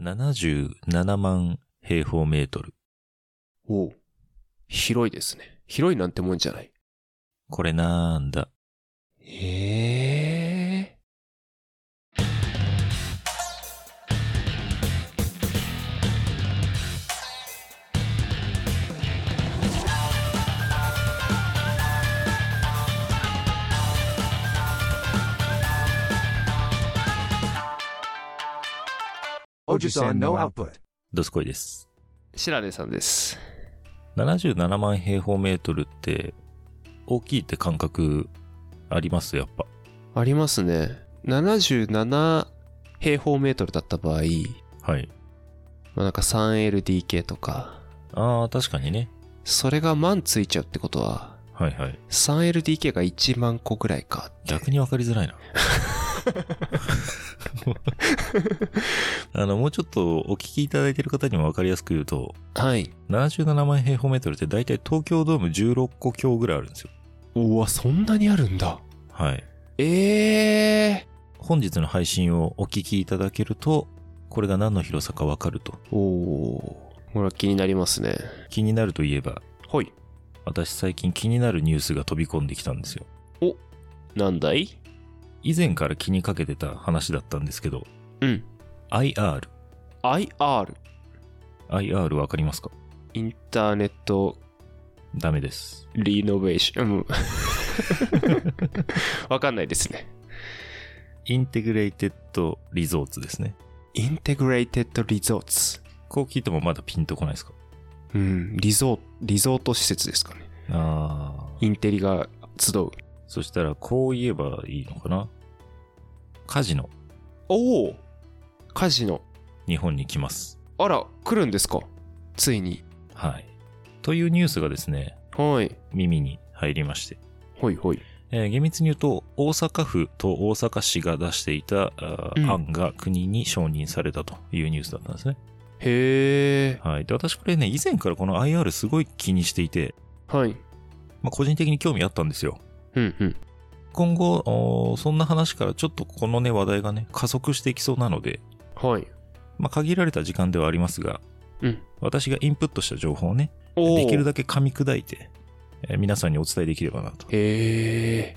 77万平方メートル。おう広いですね。広いなんてもんじゃない。これなんだ。へえ。 Ojusan no output. どすこいです。白根さんです。 77万平方メートルって、大きいって感覚ありますやっぱ。ありますね。77平方メートルだった場合、はい。まあ、なんか 3LDK とか、ああ、確かにね。それが万ついちゃうってことは、はいはい。 3LDK が1万個ぐらいかって。逆にわかりづらいな。あの、もうちょっとお聞きいただいてる方にもわかりやすく言うと、はい。 77万平方メートルって大体東京ドーム16個強ぐらいあるんですよ。うわ、そんなにあるんだ。はい。ええ本日の配信をお聞きいただけると、これが何の広さかわかると。ー。おお。これは気になりますね。気になるといえば、ほい。私最近気になるニュースが飛び込んできたんですよ。なんだい以前から気にかけてた話だったんですけど、うん。 IR。 IR。 IR わかりますかインターネットダメです。リノベーション。うん わかんないですね。インテグレイテッドリゾーツですね。インテグレイテッドリゾーツ。こう聞いてもまだピンとこないですかうん。リゾー、リゾート施設ですかね。ああ。インテリが集う。そしたら、こう言えばいいのかなカジノ、おおカジノ。日本に来ます。あら、来るんですかついに。はい。というニュースがですね、はい。耳に入りまして。ほいほい。えー厳密に言うと、大阪府と大阪市が出していた、あーうん案が国に承認されたというニュースだったんですね。へえ。はい。で、私これね、以前からこの IR すごい気にしていて、はい。まあ、個人的に興味あったんですよ。うんうん。今後、おーそんな話からちょっとこのね、話題がね、加速していきそうなので、はい。まあ、限られた時間ではありますが、うん私がインプットした情報をね、おお。できるだけ噛み砕いて、えー皆さんにお伝えできればなと。へ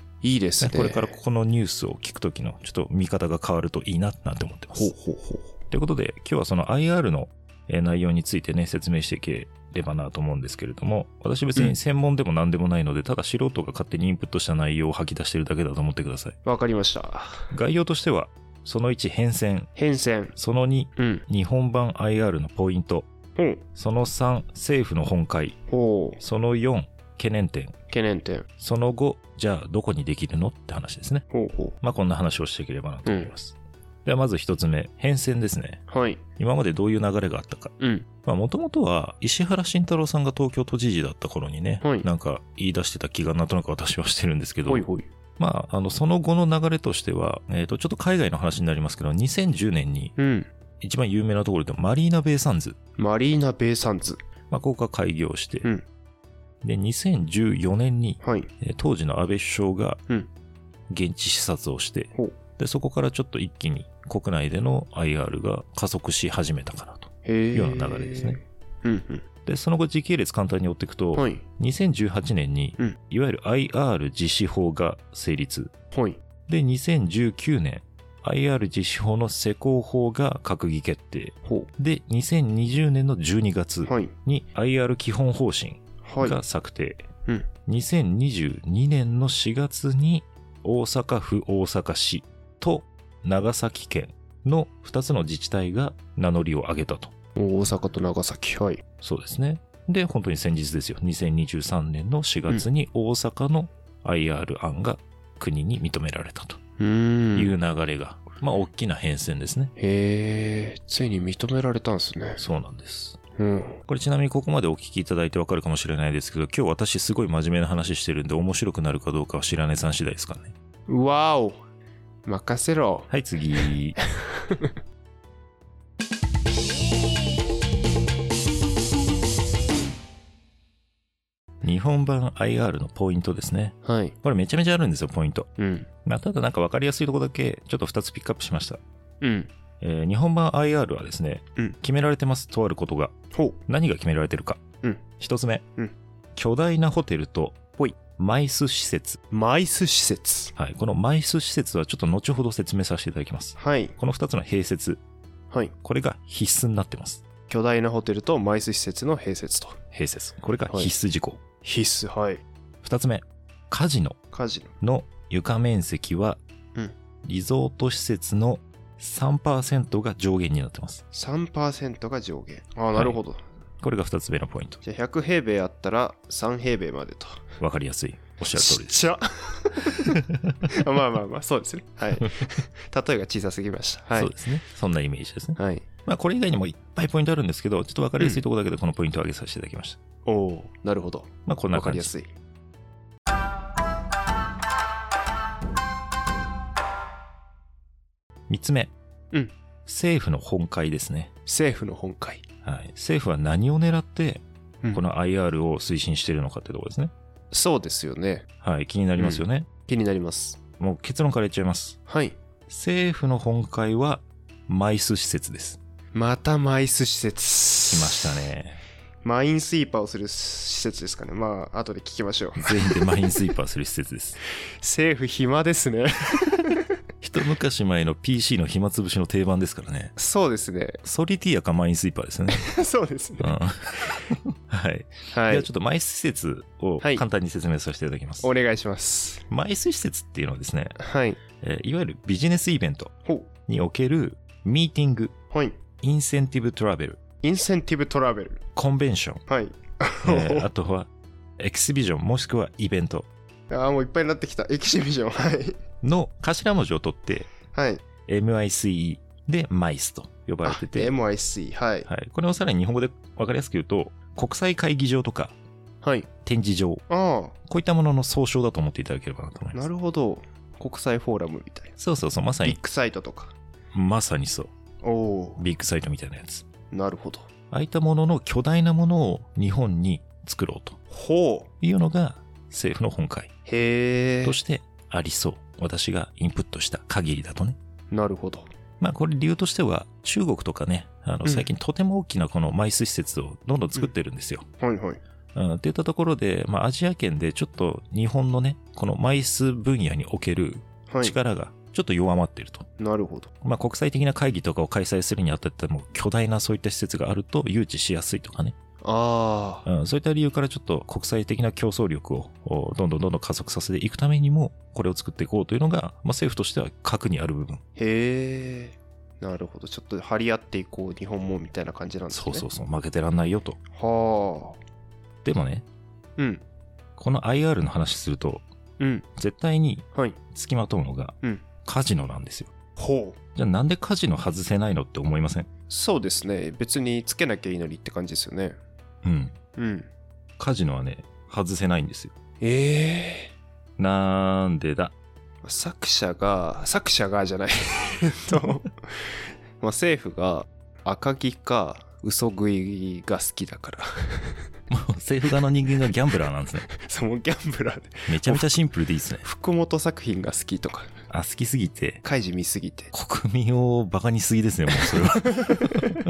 え。いいですね。これからここのニュースを聞くときの、ちょっと見方が変わるといいな、なんて思ってまほうす。ほうほう。ということで、今日はその IR のえー内容についてね、説明していければなと思うんですけれども、私別うんに専門でも何でもないので、ただ素人が勝手にインプットした内容を吐き出してるだけだと思ってください。わかりました。概要としては、その1変遷、変遷。その2うん。日本版 IR のポイント、ほう。その3政府の本会、ほう。その4懸念点、懸念点。その5じゃあどこにできるのって話ですね。ほうほまあこんな話をしていければなと思います。ではまず1つ目、変遷ですね。う。はい。今までどういう流れがあったか。うん。まあもともとは石原慎太郎さんが東京都知事だった頃にね、はいなんか言い出してた気がなんとなく私はしてるんですけどほい、ほい。まああのその後の流れとしては、えっ、とちょっと海外の話になりますけど、2010年にうん。一番有名なところでマリーナ・ベイ・サンズ。マリーナ・ベイ・サンズ。まあ、ここが開業して、うんで、2014年に、はい。えー当時の安倍首相がうん、現地視察をして、ほうで、そこからちょっと一気に国内での IR が加速し始めたかなと。へえ。ような流れですね。うんで、その後時系列簡単に追っていくと、うん。はい。 2018年に、うんいわゆる IR 実施法が成立。ほい。で、2019年、IR 実施法の施行法が閣議決定。ほで、2020年の12う。月はい。に IR 基本方針はい。が策定、うん2022年の4月に大阪府大阪市と長崎県の2つの自治体が名乗りを上げたと大阪と長崎。はい。そうですねで本当に先日ですよ2023年の4月に大阪の IR 案が国に認められたとういーん。う流れが、まあ大きな変遷ですねへえ。ついに認められたんですね。そうなんですうん。これちなみにここまでお聞きいただいてわかるかもしれないですけど今日私すごい真面目な話してるんで面白くなるかどうかは白根さん次第ですからねわお。任せろ。はい、次。日本版 IR のポイントですね。はい。これめちゃめちゃあるんですよ、ポイント。うん。まあ、ただなんか分かりやすいとこだけ、ちょっと2つピックアップしました。うん。えー日本版 IR はですね、うん決められてます、とあることが。ほう。何が決められてるか。うん一つ目、うん巨大なホテルとほい、マイス施設。マイス施設。はい。このマイス施設はちょっと後ほど説明させていただきます。はい。この二つの併設、はい。これが必須になってます。巨大なホテルとマイス施設の併設と。併設。これが必須事項。必須。はい。二、つ目、カジノカジノ。の床面積は、うんリゾート施設の3%が上限になってます。 3%が上限。ああ、なるほど。これが二つ目のポイント。じゃあ100平米あったら3平米までと。わかりやすい。おっしゃる通りです。ちっ ちゃまあまあまあ、そうですね。はい。例えが小さすぎました。はそうい。ですね。そんなイメージですね。はい。まあ、これ以外にもいっぱいポイントあるんですけど、ちょっとわかりやすいところだけでこのポイントを上げさせていただきました。おお、なるほど。まあ、こんなわか感りじでやす。すい。三つ目。うん政府の本会ですね。政府の本会。はい。政府は何を狙ってうん、この IR を推進しているのかってところですね。そうですよね。はい。気になりますよね。気になります。もう結論から言っちゃいます。はい。政府の本会は、マイス施設です。またマイス施設。来ましたね。 ね。マインスイーパーをする施設ですかね。まあ、後で聞きましょう。全員でマインスイーパーする施設です。 政府暇ですね。一昔前の PC の暇つぶしの定番ですからね。そうですね。ソリティアかマインスイーパーですよね。 そうですねうん。。はい。はでいはちょ。っとマイス施設をはい簡単に説明させていただきます。お願いします。マイス施設っていうのはですね、はい。えーいわゆるビジネスイベントほにおけるミーティング、う。はい。インセンティブトラベル、インセンティブトラベル。コンベンショ ン、はい。えーあとはエキシビジョンもしくはイベントああ、もういっぱいになってきた。エキシビジョン。はい。の頭文字を取ってはい。 MICE でマイスと呼ばれてて、 MIC。はい。はい、これをさらに日本語で分かりやすく言うと国際会議場とかはい。展示場あこういったものの総称だと思っていただければなと思いまあ、なす。るほど。国際フォーラムみたいな。そうそうそう、まさビにッ、グサイトとか。まさにそう。おおビッグサイトみたいなやつ。ー、なるほど。ああいったものの巨大なものを日本に作ろうとほう。いうのが政府の本会へえと。してありそう。私がインプットした限りだとね。なるほど。まあこれ理由としては中国とかね、あうのん最近とても大きなこのマイス施設をどんどん作ってるんですよ。はいはい。うん、っていったところで、まあアジア圏でちょっと日本のね、このマイス分野におけるはい。力がちょっと弱まっていると。なるほど。まあ、国際的な会議とかを開催するにあたっても巨大なそういった施設があると誘致しやすいとかね、ああ、うん、そういった理由からちょっと国際的な競争力をおどんどんどんどん加速させていくためにもこれを作っていこうというのが、まあ、政府としては核にある部分へえ。なるほど。ちょっと張り合っていこう、日本もみたいな感じなんですね。そうそうそう負けてらんないよとはあ。でもねうん。この IR の話するとうん。絶対にはい。付きまとうのがうんカジノなんですよ、ほう。じゃあなんでカジノ外せないのって思いませんそうですね。別につけなきゃいいのにって感じですよね。うんうん。カジノはね外せないんですよええなんでだ 作者が、作者がじゃない。 えっと、まあ政府が赤木か嘘食いが好きだから。もう政府側の人間がギャンブラーなんですね そのギャンブラーで。めちゃめちゃシンプルでいいですね。福本作品が好きとか、あ、好きすぎて、開示見すぎて。国民をバカにしすぎですね、もうそれ は。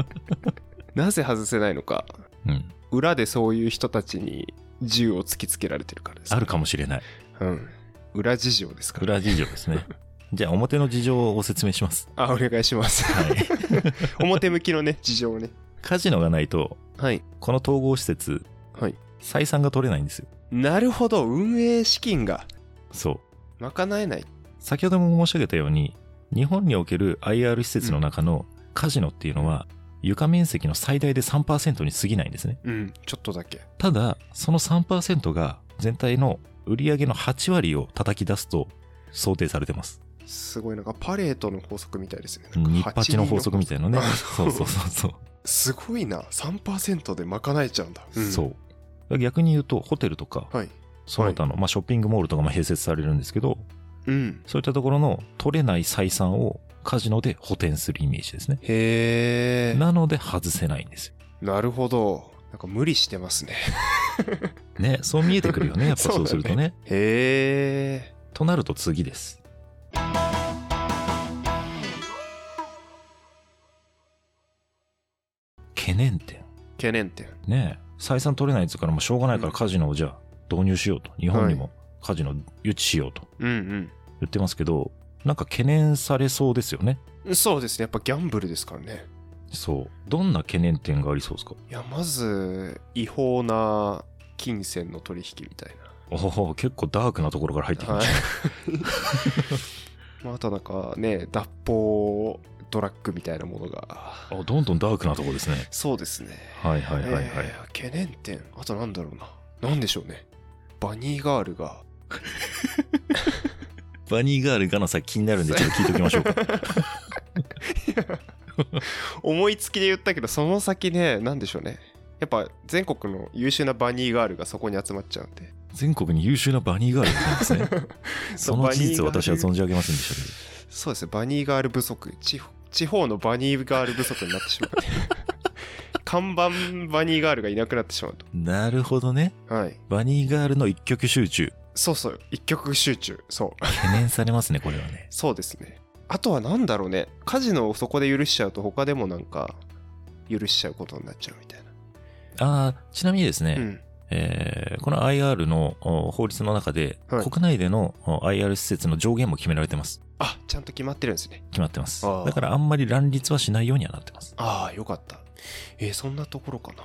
なぜ外せないのか。うん。裏でそういう人たちに銃を突きつけられてるからです。あるかもしれない。うん。裏事情ですから。裏事情ですね。 じゃあ、表の事情をご説明します。あ、お願いします。はい。 表向きのね、事情をね。カジノがないと、はい。この統合施設、はい。採算が取れないんですよ。なるほど、運営資金がそう。賄えない。先ほども申し上げたように、日本における IR 施設の中のカジノっていうのは、床面積の最大で3%に過ぎないんですね。うん、ちょっとだけ。ただ、その3%が全体の売り上げの8割を叩き出すと想定されてます。すごいなんかパレートの法則みたいですね。ニッパチの法則みい。たいなねあ。そうそうそうそう。すごいな。3%で賄えちゃ うんだ。そう。逆に言うと、ホテルとか、はい。その他の、まあ、ショッピングモールとかも併設されるんですけど、うん。そういったところの取れない採算をカジノで補填するイメージですね。へえ。ななので外せないんですよ。るほど。なんか無理してますね。ね、そう見えてくるよね、やっぱ そそううだすねるとね。へえ。となると次です。懸念点。懸念点。ねえ、採算取れないっつうからもうしょうがないからカジノをじゃあ導入しようと。日本にもカジノ誘致しようとうん言ってますけど、なんか懸念されそうですよね。うん。そうですね。やっぱギャンブルですからね。そう。どんな懸念点がありそうですかいや、まず、違法な金銭の取引みたいな。おお結構ダークなところから入ってきまはいした。。 まあ、あとなんかね、脱法ドラッグみたいなものが。あどんどんダークなところですね。そうですね。はいはいはいはい。えー懸念点。あとなんだろうな。なんでしょうね。バニーガールが。バニーガールがのさ気になるん でちょっと聞いておきましょうか。思いつきで言ったけど、その先ね、なんでしょうね。やっぱ全国の優秀なバニーガールがそこに集まっちゃうんで。全国に優秀なバニーガールがいるんですね。 その事実を私は存じ上げませんでしたけど。そうですね、バニーガール不足地方、地方のバニーガール不足になってし まう。看板バニーガールがいなくなってしまう なるほどね。と。はい。バニーガールの一極集中。そうそう、一極集中。そう。懸念されますね、これはね。そうですね。あとはなんだろうね、カジノをそこで許しちゃうと、他でもなんか、許しちゃうことになっちゃうみたいな。あーちなみにですね、うん。えーこの IR のお法律の中で、はい国内でのお IR 施設の上限も決められてます。あ、ちゃんと決まってるんですね。決まってます。あーだからあんまり乱立はしないようにはなってます。ああ、よかった。えーそんなところかな。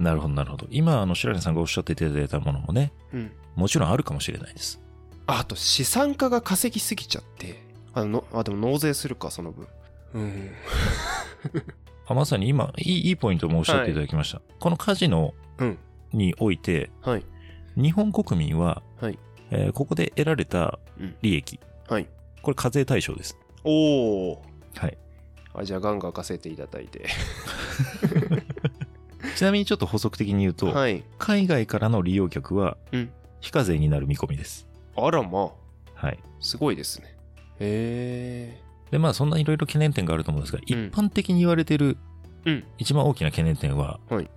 なるほど、なるほど。今、あの、白根さんがおっしゃっていただいたものもね、うん。もちろんあるかもしれないです。ああと資産家が稼ぎすぎちゃってあのあでも納税するかその分うんあまさに今いい、いいポイントもおっしゃっていただきました。このカジノうんにおいて、はい日本国民は、はいえーここで得られたうん利益、はいこれ課税対象です。おおはい。あじゃあガンガン稼いでいただいてちなみにちょっと補足的に言うと、はい海外からの利用客はうん、非課税になる見込みです。あらまあはい。すごいですねへで、まあ、そんないろいろ懸念点があると思うんですが、一ん般的に言われてるえうん一番大きな懸念点は、はい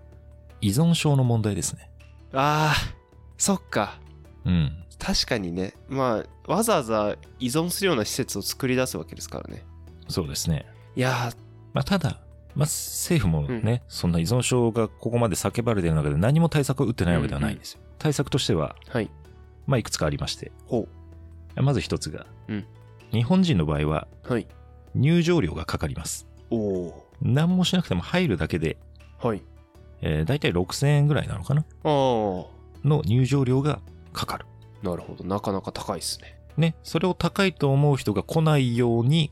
依存症の問題ですね。あーそっかうん。確かにねまあわざわざ依存するような施設を作り出すわけですからねそうですね。いやまあ、ただ、まあ、政府もね、そんな依存症がここまで叫ばれてる中で何も対策を打ってないわけではないんですよ。対策としては、ーはいまあ、いくつかありまして、ほまず一つが、うん日本人の場合はうはい入場料がかかります。おお何もしなくても入るだけで、はいえー、大体6000円ぐらいなのかなああの入場料がかかる。なるほどなかなか高いですねね、それを高いと思う人が来ないように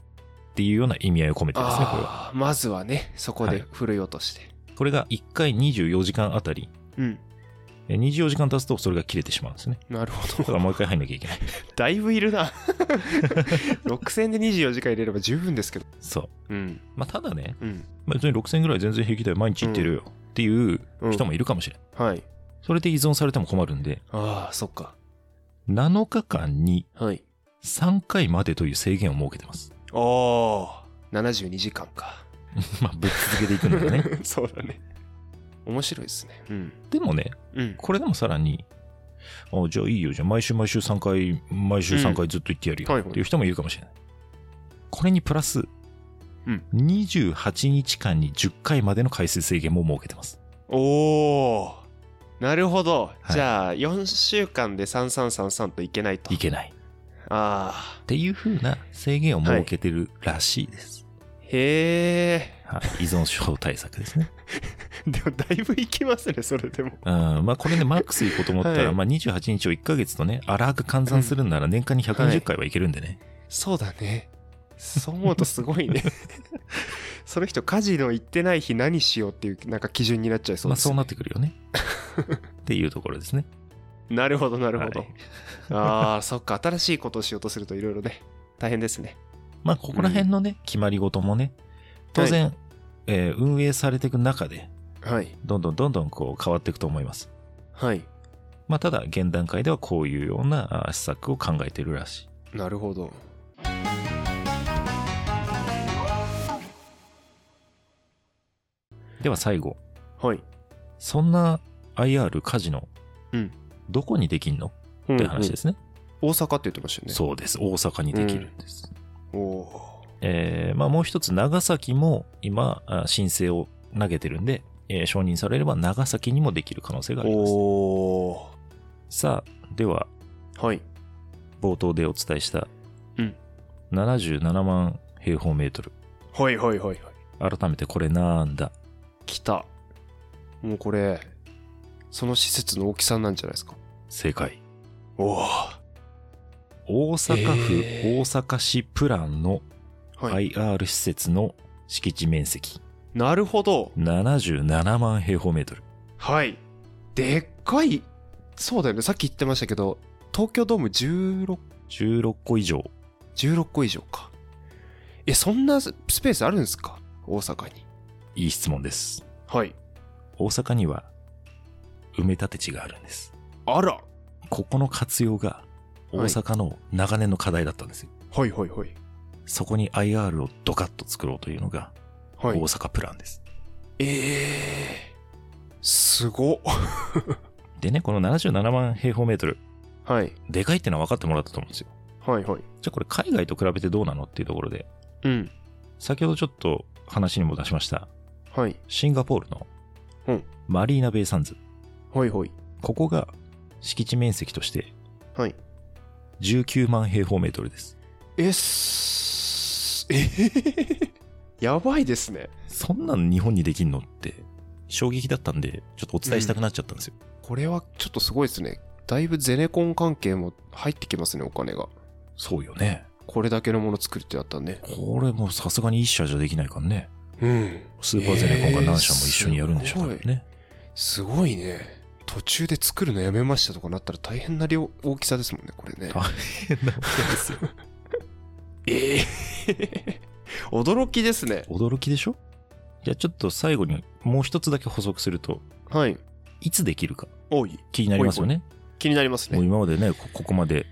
っていうような意味合いを込めてですね、これは。ああまずはねそこはいで振るい落として、これが1回24時間あたり、うんえー24時間経つとそれが切れてしまうんですね。なるほだかど。らもう一回入んなきゃいけない。 だいぶいるな。6000で24時間入れれば十分ですけど。そう。うん。まあ、ただね、うん。まあ別に6000ぐらい全然平気だよ、毎日行ってるよっていう人もいるかもしれない。はい。それで依存されても困るんで、ああ、そっか。 7日間にはい。 3回までという制限を設けてます。ああ。72時間か。まあ、ぶっ続けていくのでね。 そうだね。面白いですね。うん。でもね、うん。これでもさらに、あじゃあいいよ、じゃあ毎週毎週3回、毎週3回ずっと言ってやるうんよはいっはいていう人もいるかもしれない。これにプラス、うん28日間に10回までの回数制限も設けてます。おお。なるほど。はいじゃあ、4週間で3333といけないと。いけない。ああっ。ていう風な制限を設けてるらしいです。へえ。はい、 依存症対策ですね。でも、だいぶいきますね、それでも。うん、まあこれね、マックスいこうと思ったら、はいまあ28日を1ヶ月とね、荒く換算するんなら年間に120回はいけるんでね。そうだね。そう思うとすごい ね。その人、カジノ行ってない日何しようっていう、なんか基準になっちゃいそうまあです、そうなってくるよ ね。っていうところですね。なるほど、なるほど。はいああ、そっか。新しいことをしようとするといろいろね、大変ですね。まあ、ここら辺のね、決まり事もね、当然、えー運営されていく中で、はい。どんどんどんどんこう変わっていくと思います。はい。まあ、ただ、現段階ではこういうようなあ施策を考えてるらしい。なるほど。では最後、はい。そんな IR カジノ、うんどこにできんのっうんて話ですね。うん大阪って言ってましたよね。そうです。大阪にできるんです。おお。えーまあ、もう一つ、長崎も今、あ申請を投げてるんで、えー承認されれば長崎にもできる可能性があります。おおさあ、では、はい冒頭でお伝えした、うん77万平方メートル。はいはいはいはい改めてこれなんだ来たもうこれその施設の大きさなんじゃないですか正解。おお大阪府へー大阪市プランのはい、 IR 施設の敷地面積なるほど77万平方メートル。はい。でっかい。そうだよね。さっき言ってましたけど、東京ドーム16、 16個以上。 16個以上か。え、そんなススペースあるんですか大阪に。いい質問です。はい。大阪には埋め立て地があるんです。あら。ここの活用が大阪の長年の課題だったんですよ。はいはいはい。そこに IR をドカッと作ろうというのがは大い。阪プランです。えー。すご。でね、この77万平方メートル、はい。でかいってのは分かってもらったと思うんですよ。はいはい。じゃあこれ海外と比べてどうなのっていうところで、うん。先ほどちょっと話にも出しました、はい。シンガポールのうんマリーナベイサンズ。はいはい。ここが敷地面積としてはい。 19万平方メートルです。えっす。えー、 やばいですね。そんなの日本にできんのって衝撃だったんで、ちょっとお伝えしたくなっちゃったんですよ。これはちょっとすごいですね。だいぶゼネコン関係も入ってきますね、お金が。そうよね。これだけのもの作るってなったんで。これもうさすがに一社じゃできないからね。うん。スーパーゼネコンが何社も一緒にやるんでしょうからね。すごいね。途中で作るのやめましたとかなったら大変な量、大きさですもんね、これね。大変なわけですよ。ええ 驚きですね。驚きでしょじゃあちょっと最後にもう一つだけ補足すると、はい。いつできるか多い。気になりますよね。気になりますもうね。今までねこ、ここまで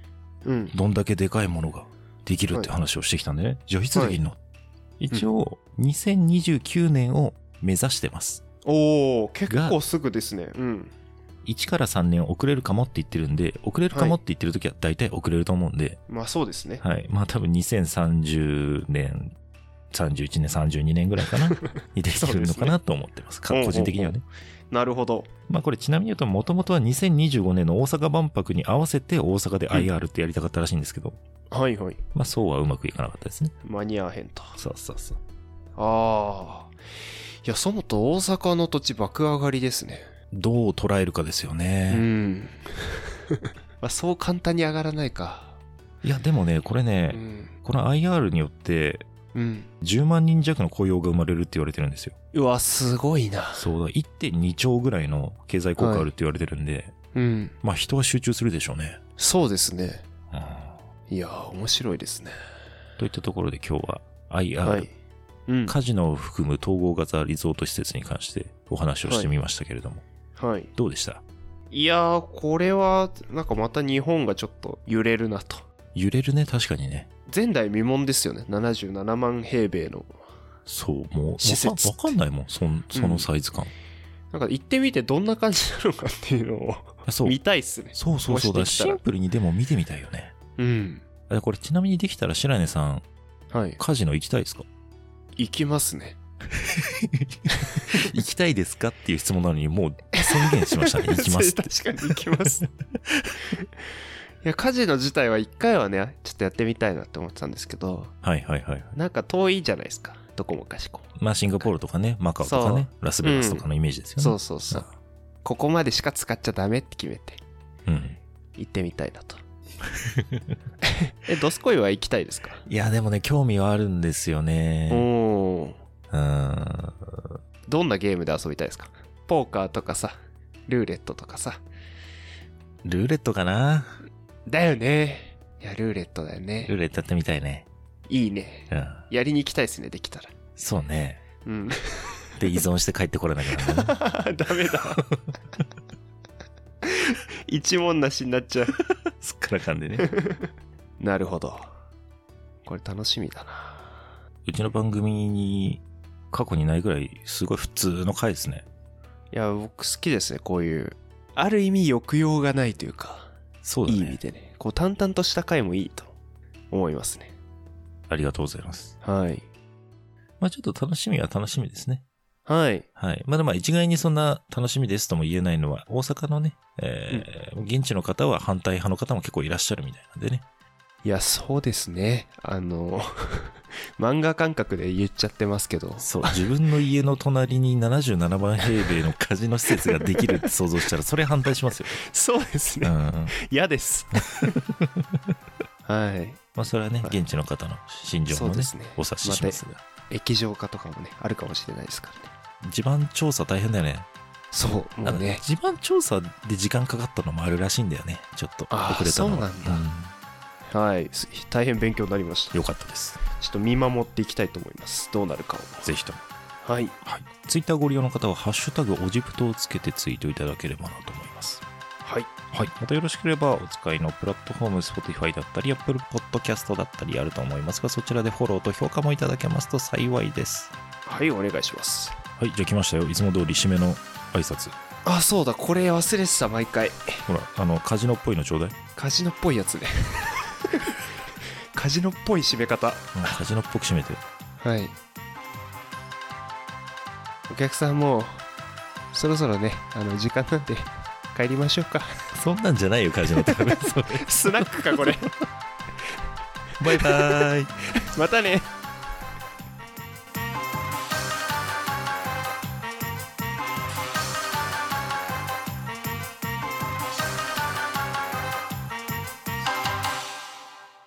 うん。どんだけでかいものができるって話をしてきたんでね。じゃあいつできるの、一応、2029年を目指してます。おお結構すぐですね。うん。 1から3年遅れるかもって言ってるんで、遅れるかもって言ってる時は大体遅れると思うんで、まあそうですね。はい。まあ多分2030年、31年、32年ぐらい かなにできてくるのかなと思ってます。かうんうんう個ん人的にはね。なるほど。まあこれちなみに言うと、もともとは2025年の大阪万博に合わせて大阪で IR ってやりたかったらしいんですけど、はいはい。まあそうはうまくいかなかったですね。間に合わへんと。そうそうそう。ああ。いや、そもと大阪の土地爆上がりですね。どう捉えるかですようね。ん。 まあそう簡単に上がらないか。いや、でもね、これねう、ん。この IR によって、うん。 10万人弱の雇用が生まれるって言われてるんですよ。うわ、すごいな。そうだ、1.2兆ぐらいの経済効果あるって言われてるんで、うん。まあ人は集中するでしょうね。そうですね。うんいやー、面白いですね。といったところで今日は IR、はい。うん。カジノを含む統合型リゾート施設に関してお話をしてみましたけれども、はい。どうでしたいやー、これは、なんかまた日本がちょっと揺れるなと。揺れるね、確かにね。前代未聞ですよね。77万平米の。そう、もう、わ施か設わかんないもん、そんそのサイズ感。なんか行ってみてどんな感じなのかっていうのをそう見たいっすね。そうそうそうだ、もしできたシらンプルにでも見てみたいよね。うん。あこれちなみにできたら白根さん、はい。カジノ行きたい ですか行きますね。行きたいですかっていう質問なのに、もう宣言しま したね。行きますって。 確かに行き ます。いや、カジノ自体は一回はね、ちょっとやってみたいなって思ってたんですけど、はいはいはい。なんか遠いじゃないですか。どこもかしこも。まあ、シンガポールとかね、マカオとかね、ラスベガスとかのイメージですよね。そうそうそう。ここまでしか使っちゃダメって決めてうん。行ってみたいなと。 え、ドスコイは行きたいですかいや、でもね、興味はあるんですよおね。おー。うん。どんなゲームで遊びたいですかポーカーとかさ、ルーレットとかさ。ルーレットかなだよね。いや、ルーレットだよルーね。レットやってみたいね。いいね。うん。やりに行きたいですね、できたら。そうね。 うん。で、依存して帰ってこれなくなるんだね。ダメだ。 一文なしになっちゃう。すっからかんで ね。なるほど。これ楽しみだな。うちの番組に過去にないぐらい、すごい普通の回ですね。いや、僕好きですね、こういう。ある意味抑揚がないというか、そうだいいね。意味でね。こう淡々とした回もいいと思いますね。ありがとうございます。はい。まあちょっと楽しみは楽しみですね。はい。はい。まあ、でも一概にそんな楽しみですとも言えないのは、大阪のね、えー現地の方は反対派の方も結構いらっしゃるみたいなんでね。いや、そうですね。あの、 漫画感覚で言っちゃってますけど。そう、自分の家の隣に77万平米のカジノ施設ができるって想像したら、それ反対しますよ。 そうですうんうね。ん。ま嫌です。はい。あ、それはね、はい現地の方の心情そうもでねすね、お察ししますが。液状化とかもね、あるかもしれないですからね。地盤調査大変だよね。そう、なんもかねうね。地盤調査で時間かかったのもあるらしいんだよね。ちょっとあー遅れたのはそうなんはい。す大変勉強になりました。ちうんよょかったです。っと見守っていきたいと思います。どうなるかを。ぜひとも。はい。はい、ツイッターご利用の方は「ハッシュタグオジプト」をつけてツイートいただければなと思います、はい。はい、またよろしければお使いのプラットフォーム Spotify だったり Apple Podcast だったりあると思いますがそちらでフォローと評価もいただけますと幸いですはい、お願いします。はいじゃあ来ましたよいつも通り締めの挨拶あ、そうだ。これ忘れてた、毎回。ほらあのカジノっぽいのちょうだい、カジノっぽいやつ ね。カジノっぽい締め方。うん、カジノっぽく締めてはい。お客さんもう、そろそろね、あの、時間なんで、帰りましょうか。そんなんじゃないよカジ ノってそれ スナックか、これ。バイバーイまたね。